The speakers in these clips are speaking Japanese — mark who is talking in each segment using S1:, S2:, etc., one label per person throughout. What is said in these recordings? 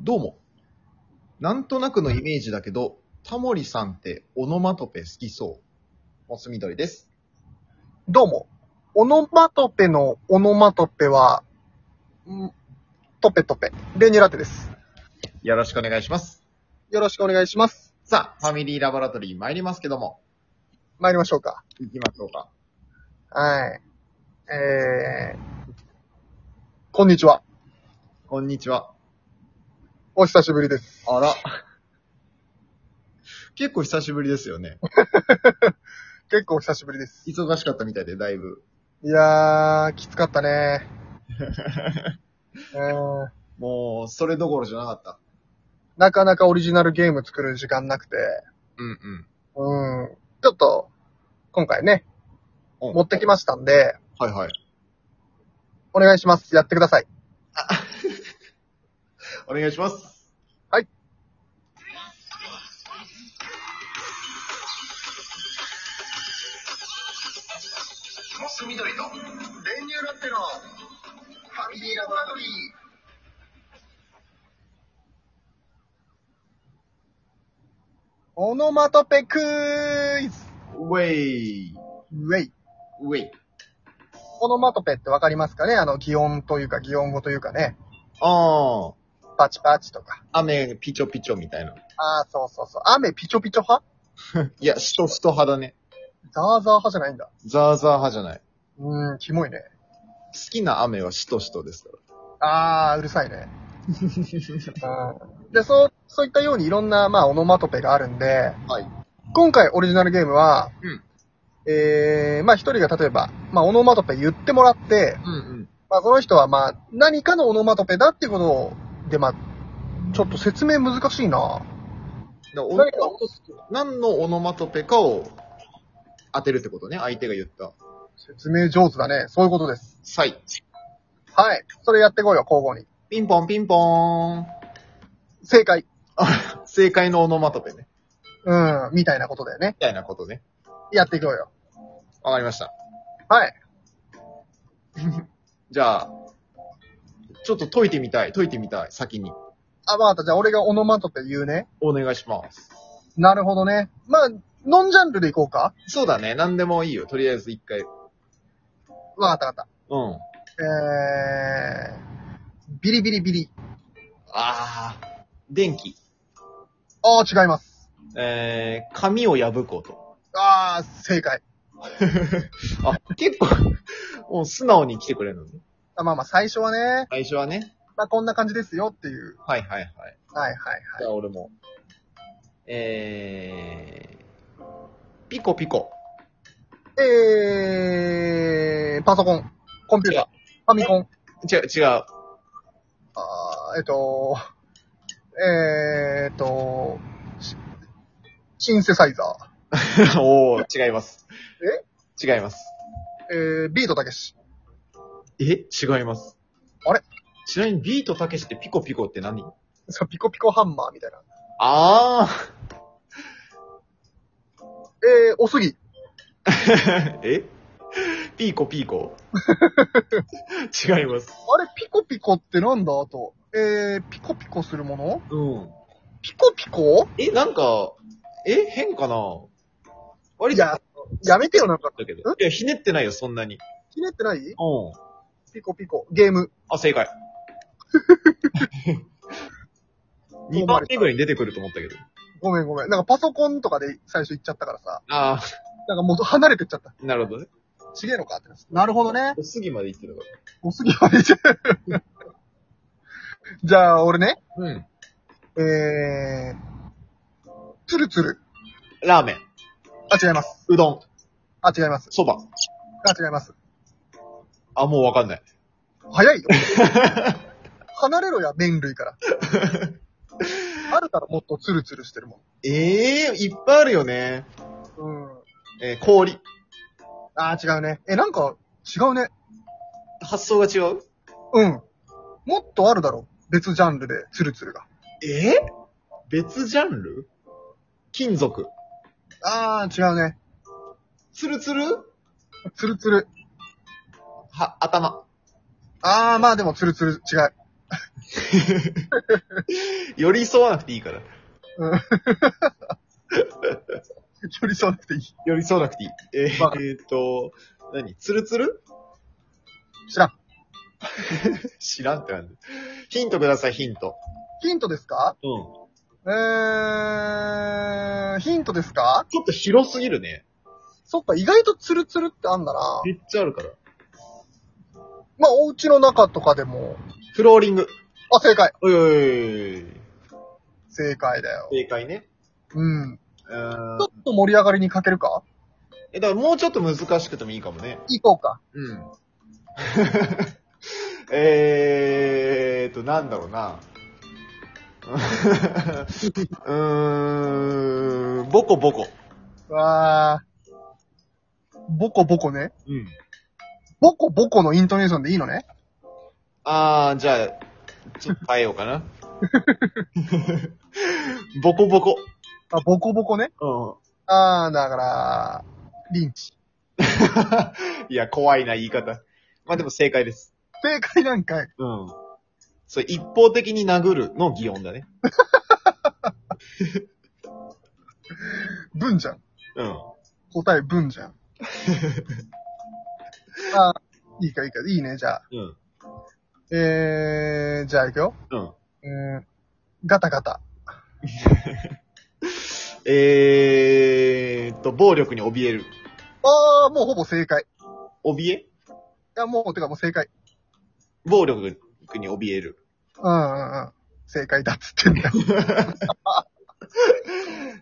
S1: どうも。なんとなくのイメージだけど、タモリさんってオノマトペ好きそう。モスみどりです。
S2: どうも。オノマトペのオノマトペは、んトペトペ。レニュラテです。
S1: よろしくお願いします。
S2: よろしくお願いします。
S1: さあ、ファミリーラボラトリー参りますけども、
S2: 参りましょうか。
S1: 行きましょうか。
S2: はい。えー、こんにちは。
S1: こんにちは。
S2: お久しぶりです。
S1: あら。結構久しぶりですよね。
S2: 結構お久しぶりです。
S1: 忙しかったみたいで、だいぶ。
S2: いやー、きつかったね。えー
S1: もう、それどころじゃなかった。
S2: なかなかオリジナルゲーム作る時間なくて、
S1: うんうん。
S2: うん、ちょっと、今回ね、
S1: お
S2: 持ってきましたんで、
S1: はいはい。
S2: お願いします。やってください。
S1: お願いします。
S2: はい。
S1: モス緑と、練乳ラッテの、ファミリーラボラトリー。
S2: オノマトペクイズ
S1: ウェイ。
S2: ウェイ。
S1: ウェイ。
S2: オノマトペってわかりますかねあの、擬音というか、擬音語というかね。
S1: あー。
S2: パチパチとか。
S1: 雨、ピチョピチョみたいな。
S2: ああ、そうそうそう。雨ピチョピチョ派
S1: いや、シトシト派だね。
S2: ザーザー派じゃないんだ。
S1: ザーザー派じゃない。
S2: うーん、キモいね。
S1: 好きな雨はシトシトですから。
S2: ああ、うるさ いね。うん、で、そう、そういったようにいろんな、まあ、オノマトペがあるんで、
S1: はい。
S2: 今回オリジナルゲームは、
S1: うん
S2: ええまあ、一人が例えば、まあ、オノマトペ言ってもらって、
S1: うんうん。
S2: まあ、その人はまあ、何かのオノマトペだっていうことを、で、まあ、ちょっと説明難しいな
S1: だ
S2: 誰か落
S1: 何のオノマトペかを当てるってことね、相手が言った。
S2: 説明上手だね。そういうことです。
S1: サイ。
S2: はい。それやってこいよ、交互に。
S1: ピンポンピンポーン。
S2: 正解。
S1: 正解のオノマトペね。
S2: うん、みたいなことだよね。
S1: みたいなことね。
S2: やっていこうよ。
S1: わかりました。
S2: はい。
S1: じゃあ、ちょっと解いてみたい。解いてみたい。先に。
S2: あ、わかった。じゃあ俺がオノマトペ言うね。
S1: お願いします。
S2: なるほどね。まあ、ノンジャンルでいこうか。
S1: そうだね。何でもいいよ。とりあえず一回。うん。
S2: わかったわかった。えー、ビリビリビリ。
S1: あー。電気。
S2: ああ、違います。
S1: えー、紙を破くこと。
S2: ああ、正解。
S1: あ、結構、 もう素直に来てくれるのね。
S2: あまあまあ、最初はね、
S1: 最初はね。
S2: まあこんな感じですよっていう。
S1: はいはいはい。
S2: はいはい
S1: じ
S2: は
S1: ゃあ俺も。えー、ピコピコ。
S2: い。えー、パソコン、コンピューター、ファミコン、
S1: 違う、違う。
S2: あーえっと、えー、っと、シシンセサイザー。
S1: おー、違います。違います。
S2: えー、ビートたけし。
S1: え違います。
S2: あれ
S1: ちなみにビートたけしってピコピコって何
S2: そう、ピコピコハンマーみたいな。
S1: あ
S2: えー、おすぎ。
S1: ー。 えピーコピーコ違います。
S2: あれ、ピコピコってなんだあと。えー、ピコピコするもの
S1: うん。
S2: ピコピコ
S1: え、なんか、え変かな割
S2: い
S1: と、だ
S2: や、やめてよ、なんか。
S1: けど。いや、ひねってないよ、そんなに。
S2: ひねってない
S1: うん。
S2: ピコピコ。ゲーム。
S1: あ、正解。2番目ぐらいに出てくると思ったけど。
S2: ごめんごめん。なんかパソコンとかで最初行っちゃったからさ。
S1: あ
S2: なんかもう離れてっちゃった。
S1: あ、なるほどね。
S2: ちげえのかってなってたなるほどね。
S1: おすぎまで行ってたか
S2: おすぎは出ちゃう。 じゃあ、俺ね。
S1: ら。うん。
S2: えー、つるつる。
S1: ラーメン、
S2: あ、違います。
S1: うどん、
S2: あ、違います。
S1: そば。
S2: あ、違います。
S1: あ、もうわかんない。
S2: 早いよ。離れろや、麺類から。 あるからもっとツルツルしてるも
S1: ええー、いっぱいあるよね。
S2: ん。うん。
S1: えー氷。
S2: あー違うね。え、なんか、違うね。
S1: 発想が違う
S2: うん。もっとあるだろ。別ジャンルで、ツルツルが。
S1: えー、別ジャンル金属。
S2: あー違うね。
S1: ツルツル
S2: ツルツル。
S1: は、頭。
S2: あーまあでもツルツル違う。
S1: 寄り添わなくていいから。
S2: 寄り添わなくていい。
S1: 寄り添わなくていい。えー
S2: わ
S1: えーっと、何ツルツル
S2: 知らん。
S1: 知らんってなんで。ヒントください、ヒント。
S2: ヒントですか
S1: うん。
S2: えー、ヒントですか
S1: ちょっと広すぎるね。
S2: そっか、意外とツルツルってあんだな。
S1: めっちゃあるから。
S2: まあ、お家の中とかでも。
S1: フローリング。
S2: あ、正解。
S1: おいおいおいおい。
S2: 正解だよ。
S1: 正解ね。
S2: うん。
S1: うーん
S2: ちょっと盛り上がりに欠けるか
S1: え、だからもうちょっと難しくてもいいかもね。
S2: いこうか。
S1: うん。 えーと、なんだろうな。 うーん、ボコボコ。
S2: わー。ボコボコね。
S1: うん。
S2: ボコボコのイントネーションでいいのね。
S1: あー、じゃあ、ちょっと変えようかな。 ボコボコ。
S2: あ、ボコボコね。
S1: うん。
S2: あー、だから、リンチ。
S1: いや、怖いな、言い方。まあでも正解です。
S2: 正解なんかい。
S1: うん。それ、一方的に殴るの擬音だね。
S2: 文じゃん。
S1: うん。
S2: 答え文じ ゃん。あー、いいかいいか。いいね、じゃあ。
S1: うん。
S2: えー、じゃあ行くよ。
S1: うん。
S2: うーん、ガタガタ。
S1: えーっと、暴力に怯える。
S2: あー、もうほぼ正解。い
S1: 怯え
S2: や、もう、てかもう正解。
S1: 暴力に怯える。
S2: うんうんうん。正解だっつってんだ よ。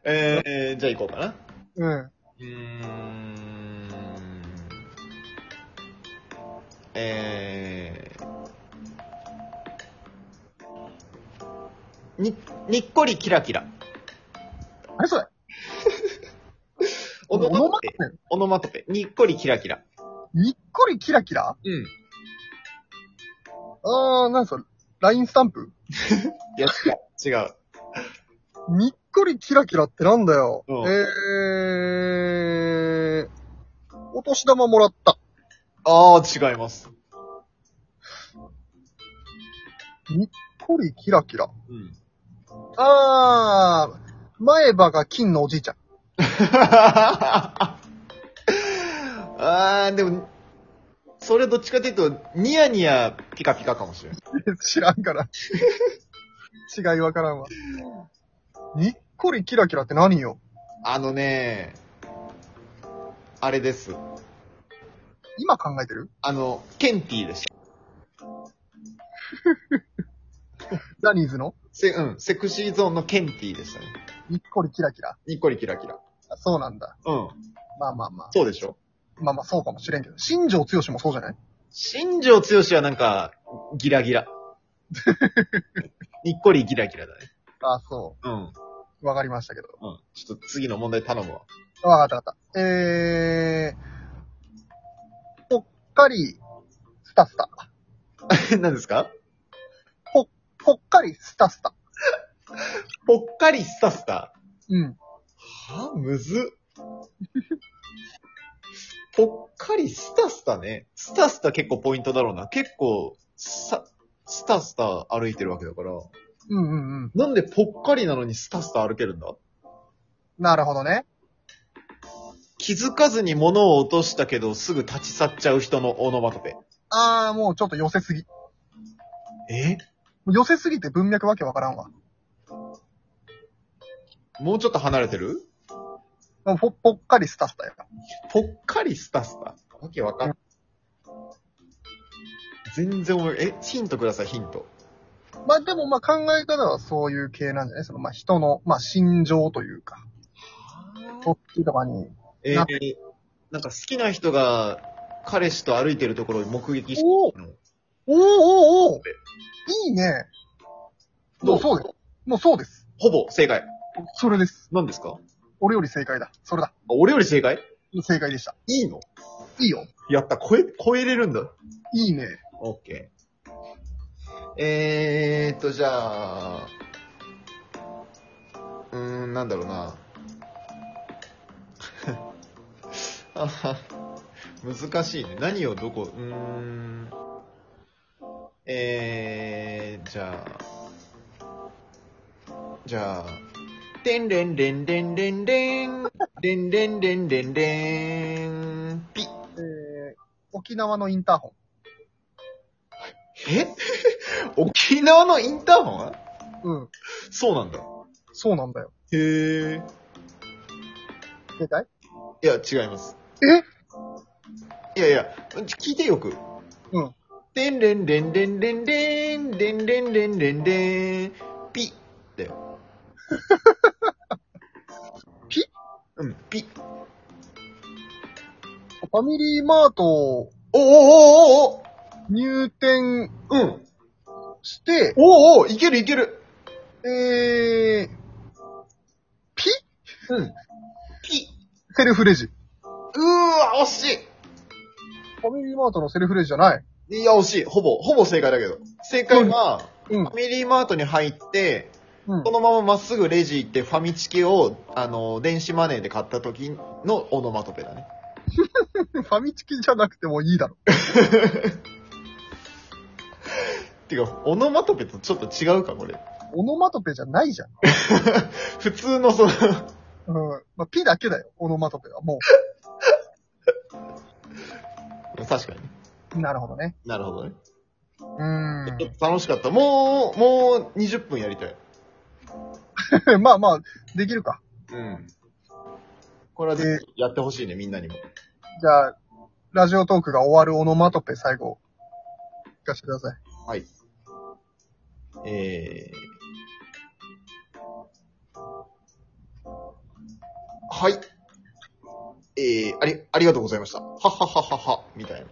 S1: えーえー、じゃあ行こうかな。
S2: うん。
S1: うーん。えー。に、にっこりキラキラ。
S2: あれそれ
S1: オノマトペ。
S2: ペ
S1: オノマトペ。にっこりキラキラ。
S2: にっこりキラキラ
S1: うん。
S2: あー、なんそれ。ラインスタンプ
S1: いや、違う。違う。
S2: にっこりキラキラってなんだよ。
S1: うん
S2: えー、お年玉もらった。
S1: ああ、違います。
S2: にっこりキラキラ。
S1: うん。
S2: あー、前歯が金のおじいちゃん。
S1: あ あ、でも、それどっちかというと、ニヤニヤピカピカかもしれない。
S2: 知らんから。 違いわからんわ。にっこりキラキラって何よ
S1: あのね、あれです。
S2: 今考えてる
S1: あの、ケンティーでした。
S2: ジャニーズの
S1: せ、うん、セクシーゾーンのケンティーでしたね。
S2: にっこりキラキラ。
S1: にっこりキラキラ。
S2: あそうなんだ。
S1: うん。
S2: まあまあまあ。
S1: そうでしょ
S2: まあまあそうかもしれんけど。新庄剛志もそうじゃない
S1: 新庄剛志はなんか、ギラギ ラ。にっこりギラギラだね。
S2: ああ、そ
S1: うん。
S2: う。わかりましたけど。
S1: うん。ちょっと次の問題頼むわ。
S2: わかったわかった。えー、ぽっかり、スタスタ。
S1: 何ですか
S2: ぽっかり、スタスタ。
S1: ぽっかりスタスタ。
S2: うん。
S1: はむずっ。 ぽっかりスタスタね。スタスタ結構ポイントだろうな。結構、さ、スタスタ歩いてるわけだから。
S2: うんうんうん。
S1: なんでぽっかりなのにスタスタ歩けるんだ
S2: なるほどね。
S1: 気づかずに物を落としたけどすぐ立ち去っちゃう人のオノマトペ。
S2: あー、もうちょっと寄せすぎ。
S1: え
S2: 寄せすぎて文脈わけわからんわ。
S1: もうちょっと離れてる
S2: もうぽぽっかりスタスタやな。
S1: ぽっかりスタスタ。わけわかんない。全然思い、え、ヒントください、ヒント。
S2: まあでもまあ考え方はそういう系なんじゃないそのまあ人の、まあ心情というか、そっちとかに。
S1: え
S2: な
S1: ー、なんか好きな人が彼氏と歩いてるところを目撃して
S2: おお
S1: るの。
S2: おおおおいいね。もうそうです。もうそうです。
S1: ほぼ正解。
S2: それです。
S1: 何ですかあ
S2: 俺より正解だ。それだ。
S1: 俺より正解
S2: 正解でした。
S1: いいの
S2: いいよ。
S1: やった、超え、超えれるんだ。
S2: いいね。
S1: オッケー。えーっと、じゃあ、うーん、なんだろうな。 あは難しいね。何をどこ、うーん。えー、じゃあ、じゃあ、でんでんでんでんでんでん、でんでんでんでんでん、ピッ。
S2: えー、沖縄のインターホン。
S1: え沖縄のインターホン
S2: うん。
S1: そうなんだ。
S2: そうなんだよ。
S1: へえ。
S2: 携帯
S1: いや、違います。
S2: え
S1: いやいや、聞いてよく。
S2: うん。
S1: でんでんでんでんでんでん、でんでんでんでんでん、ピッ。だよ。
S2: ピ
S1: うん、ピッ。
S2: ファミリーマート
S1: おおおおお
S2: 入店
S1: うん。
S2: して、
S1: おおおいけるいける。
S2: えー、ピ
S1: うん。ピッ。
S2: セルフレジ。
S1: うーわ、惜し
S2: ファミリーマートのセルフレジじゃない
S1: い。いや、惜しい。ほぼ、ほぼ正解だけど。正解は、
S2: うん
S1: ファ。ミリーマートに入って、
S2: うん
S1: そ。のまままっすぐレジ行ってファミチキを、あの、電子マネーで買った時のオノマトペだね。
S2: ファミチキじゃなくてもいいだろ。
S1: てか、オノマトペとちょっと違うか、これ。
S2: オノマトペじゃないじゃん。
S1: 普通のその、
S2: うん。まあ、ピだけだよ、オノマトペは。も
S1: 確かに。
S2: う。なるほどね。
S1: なるほどね。
S2: うー
S1: ちょっと楽しかった。もう、もう20分やりたい。
S2: ん。 まあまあ、できるか。
S1: うん。これはぜひやってほしいね、みんなにも。
S2: じゃあ、ラジオトークが終わるオノマトペ最後、聞かせてください。
S1: はい。えー。はい。えー、あり、ありがとうござい ました。はっはっはっはっは、みたいな。